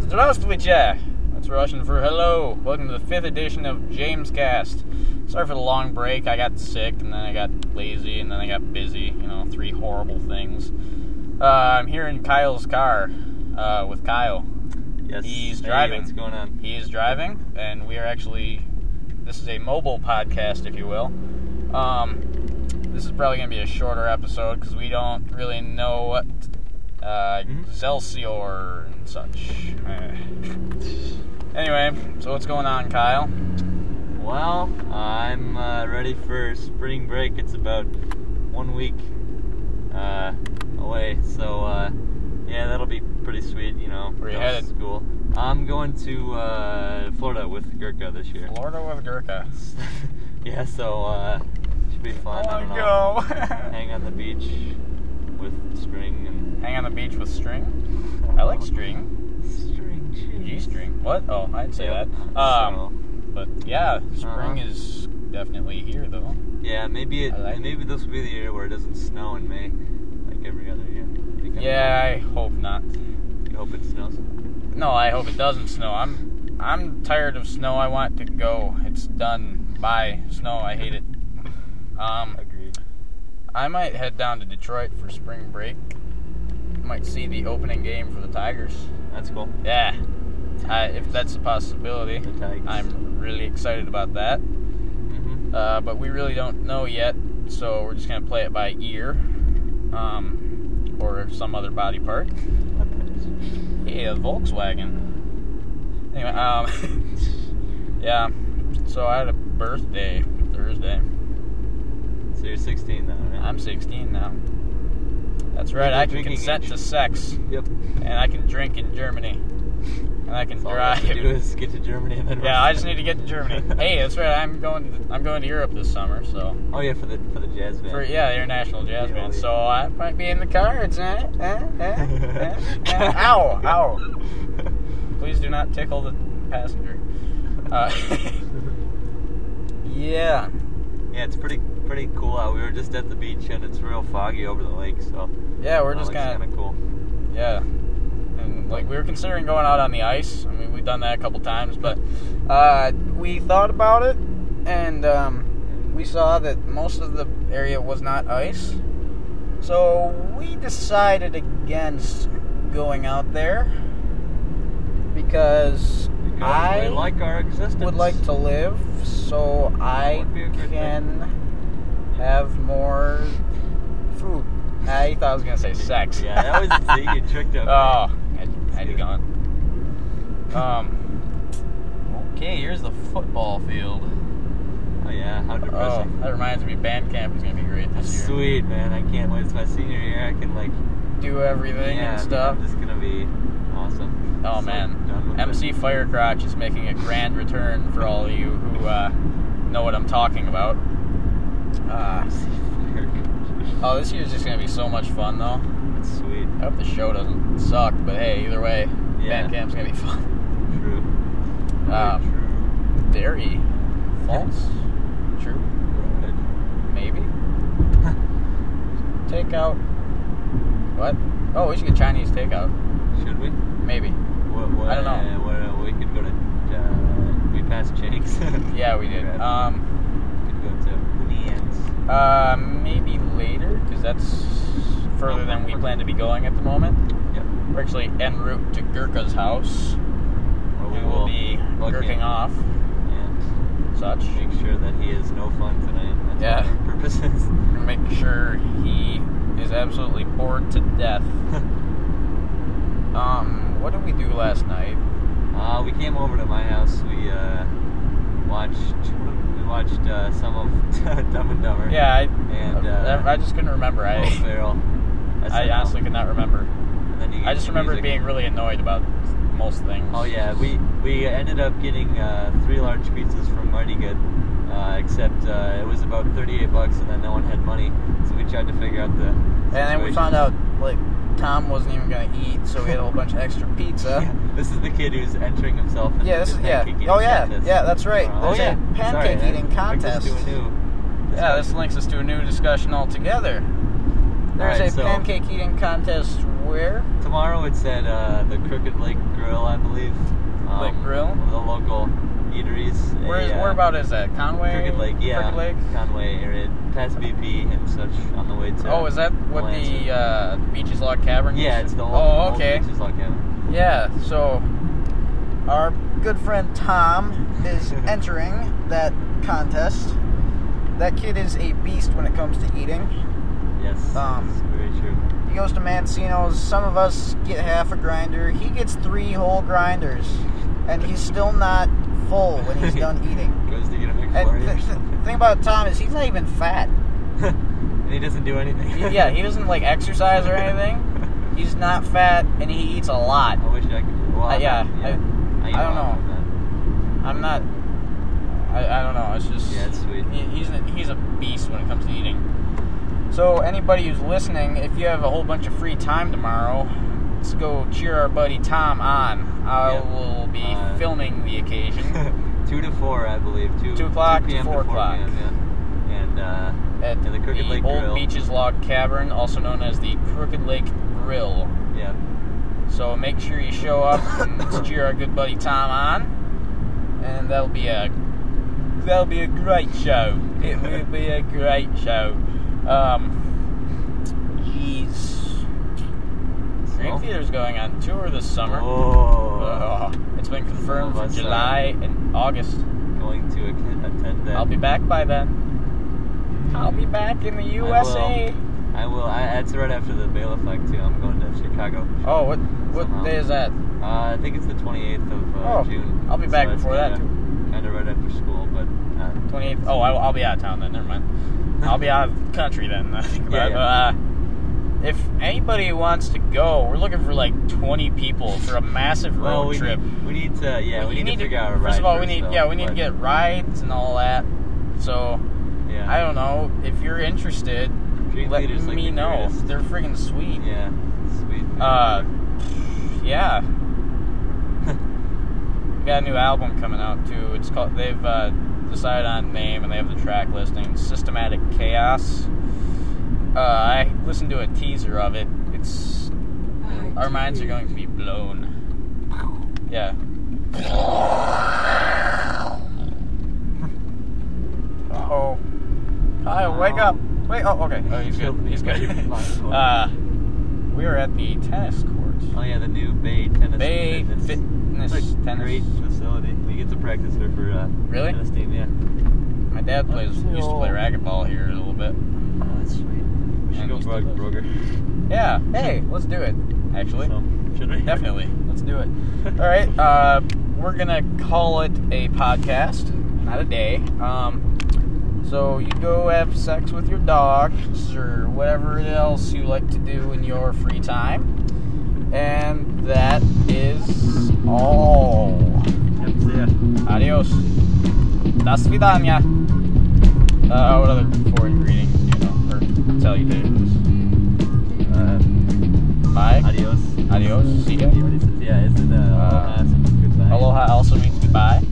Здравствуйте! That's Russian for hello. Welcome to the fifth edition of James Cast. Sorry for the long break. I got sick, and then I got lazy, and then I got busy. You know, three horrible things. Uh, I'm here in Kyle's car uh, with Kyle. Yes. He's Hey, driving. what's going on? He is driving, and we are actually. This is a mobile podcast, if you will. Um, this is probably going to be a shorter episode because we don't really know what uh, Mhm. Excelsior and such. Uh, anyway, so what's going on, Kyle? Well, I'm uh, ready for spring break. It's about one week uh, away, so uh, yeah, that'll be pretty sweet. You know, Where you going to headed? School. I'm going to uh, Florida with Gurkha this year. Florida with Gurkha. yeah, so uh, should be fun. I don't know. go. Hang on the beach with string and Hang on the beach with string. I like string. string. G geez. string. What? Oh, I'd say Yep. that. Um, So- but yeah, spring Uh-huh. is definitely here though. Yeah, maybe it. I like maybe this will be the year where it doesn't snow in May, like every other year. Because Yeah, I hope not. You hope it snows. No, I hope it doesn't snow. I'm I'm tired of snow. I want to go. It's done. Bye. Snow. I hate it. Um, Agreed. I might head down to Detroit for spring break. Might see the opening game for the Tigers. That's cool. Yeah, I, if that's a possibility. The Tigers. I'm really excited about that. hmm Uh, but we really don't know yet, so we're just gonna play it by ear, um, or some other body part. Yeah, Volkswagen. Anyway, um, yeah. So I had a birthday Thursday. So you're 16 now, right? I'm 16 now. That's right. I can Drinking consent age. to sex, Yep. and I can drink in Germany, and I can That's all I have to do drive. is get to Germany and then. Yeah, I just need to get to Germany. hey, that's right. I'm going. To, I'm going to Europe this summer. So Oh yeah, for the for the jazz band. for yeah, the international jazz Yeah, band. yeah. So I might be in the cards. Eh? Eh? Eh? Eh? Eh? Ow! Ow! Please do not tickle the passenger. Uh, yeah. yeah, it's pretty pretty cool out. We were just at the beach and it's real foggy over the lake, so Yeah, we're just kind kind of cool. of yeah, and like we were considering going out on the ice. I mean, we've done that a couple times, but uh, we thought about it, and um, we saw that most of the area was not ice, so we decided against going out there because Because I we like our existence. would like to live so I would be a good can have more food. I thought I was gonna say sex. Yeah, that was see, you tricked up. Oh, I had it gone. Um. Okay, here's the football field. Oh yeah, how Oh, depressing. that reminds me, band camp is gonna be great That's this year. uh, sweet, man. I can't wait. It's my senior year. I can like Do everything yeah, and stuff. This is gonna be awesome. Oh So done man, with MC it. Firecrotch is making a grand return for all of you who uh, know what I'm talking about. Uh, MC Firecrotch. oh, this year's just gonna be so much fun though. That's sweet. I hope the show doesn't suck, but hey, either way, Yeah. band camp's gonna be fun. True. Very Um, Dairy, false, true, true. Good. maybe. takeout. What? Oh, we should get Chinese takeout. Should we? Maybe. What, what, I don't know. What, uh, we could go to. Uh, we passed Jake's. Yeah, we did. Right. Um, could go to Leanne's. uh, maybe later because that's further than we plan to be going at the moment. Yep. We're actually en route to Gurkha's house. Or We will be look gurking in off and such. make sure that he is no fun tonight. That's Yeah. all our Purposes. make sure he is absolutely bored to death. um, what did we do last night? Uh, we came over to my house. We uh, watched we watched uh, some of Dumb and Dumber. Yeah, I, And uh, I, I just couldn't remember. I, Will Ferrell. That's I it. honestly could not remember. And then you I get just some remember music. being really annoyed about most things. Oh yeah, we we ended up getting uh, three large pizzas from Mighty Good, uh, except uh, it was about thirty-eight bucks, and then no one had money, so we tried to figure out the. and then we situation. found out like Tom wasn't even gonna eat, so we had a whole bunch of extra pizza. Yeah, this is the kid who's entering himself. in uh, Yeah, this the is- yeah. pancake eating Oh, yeah. contest. Yeah, that's right. Uh, oh There's a yeah, pancake Sorry, eating that brings us contest. To a new Yeah, this links us to a new discussion altogether. There's Alright, a so- pancake eating contest where? Tomorrow it's at uh, the Crooked Lake Grill, I believe. Um, Lake Grill? one of The local eateries. Where is, A, uh, where about is that? Conway? Crooked Lake, yeah. Crooked Lake? Conway area. Past BP and such on the way to. Oh, is that what the Melanson. uh, Beaches Log Cavern? Yeah, is? it's the old. Oh, old okay. Beaches Log Cabin. Yeah, so our good friend Tom is entering that contest. That kid is a beast when it comes to eating. Yes. Um, that's very true. He goes to Mancino's. Some of us get half a grinder. He gets three whole grinders, and he's still not full when he's done eating. Goes to get a And McFlurry. th- or th- something. the thing about Tom is he's not even fat. and he doesn't do anything. He- yeah, he doesn't like exercise or anything. He's not fat, and he eats a lot. I wish I could. Well, Uh, I'm yeah, not- I- eat I a don't lot know. of that. I'm not. I, I don't know. It's just Yeah, it's sweet. he- he's a, he's a beast when it comes to eating. So anybody who's listening, if you have a whole bunch of free time tomorrow, let's go cheer our buddy Tom on. I Yeah. will be Uh, filming the occasion two to four, I believe. Two, 2 o'clock to p.m. 4 o'clock. p.m. Yeah. And uh, at Yeah, the Crooked Lake Old Grill. Beaches Log Cavern, also known as the Crooked Lake Grill. yeah, So make sure you show up and let's cheer our good buddy Tom on, and that'll be a that'll be a great show. It will be a great show. Um, geez, Dream So? Theater's going on tour this summer. Uh-huh. Oh, Ugh. it's been confirmed Oh, for that's, uh, July and August. going to att- attend that. I'll be back by then. I'll be back in the will. USA. I will. I, that's right after the bailiff act too. I'm going to Chicago. Oh, what what Somehow. day is that? Uh, I think it's the 28th of uh, Oh, June. I'll be back before that, Kind of right after school, but uh, 28th. Oh, I, I'll be out of town then. Never mind. I'll be out of the country then. I think about Yeah, it. But, uh, if anybody wants to go, we're looking for like 20 people for a massive road well, we trip. Need, we need to. Yeah, Well, we you need, to figure out a first ride of all, we need though, yeah, we need to but, get rides and all that. So Yeah, I don't know if you're interested. Dream let Theater's, like, me the know. greatest. They're freaking sweet. Yeah, sweet. Uh, yeah. We got a new album coming out too. It's called. They've uh, decided on name and they have the track listing. Systematic Chaos. Uh, I listened to a teaser of it. It's our minds are going to be blown. Yeah. Oh. Hi, Uh, wake up. Wait. Oh, okay. Oh, he's good. He's good. uh, we are at the tennis courts. Oh yeah, the new Bay Tennis. Bay Fitness. Fitness It's a Tennis. great facility. We get to practice there for uh, Really? tennis team. Yeah. My dad plays used to play racquetball here a little bit. Oh, that's sweet. We should And go he's Brog still does. Broger. Yeah. Hey, let's do it. Actually, So, should we? definitely. Let's do it. All right. Uh, we're gonna call it a podcast, not a day. Um, so you go have sex with your dogs or whatever else you like to do in your free time, and that is all. Yep, see ya. Adios. Das vidania. Uh, what other foreign greetings do you know or salutations? Uh, Bye. adios. Adios. See ya. Yeah, it's in uh, Uh, aloha. so Goodbye. Aloha also means goodbye. Um,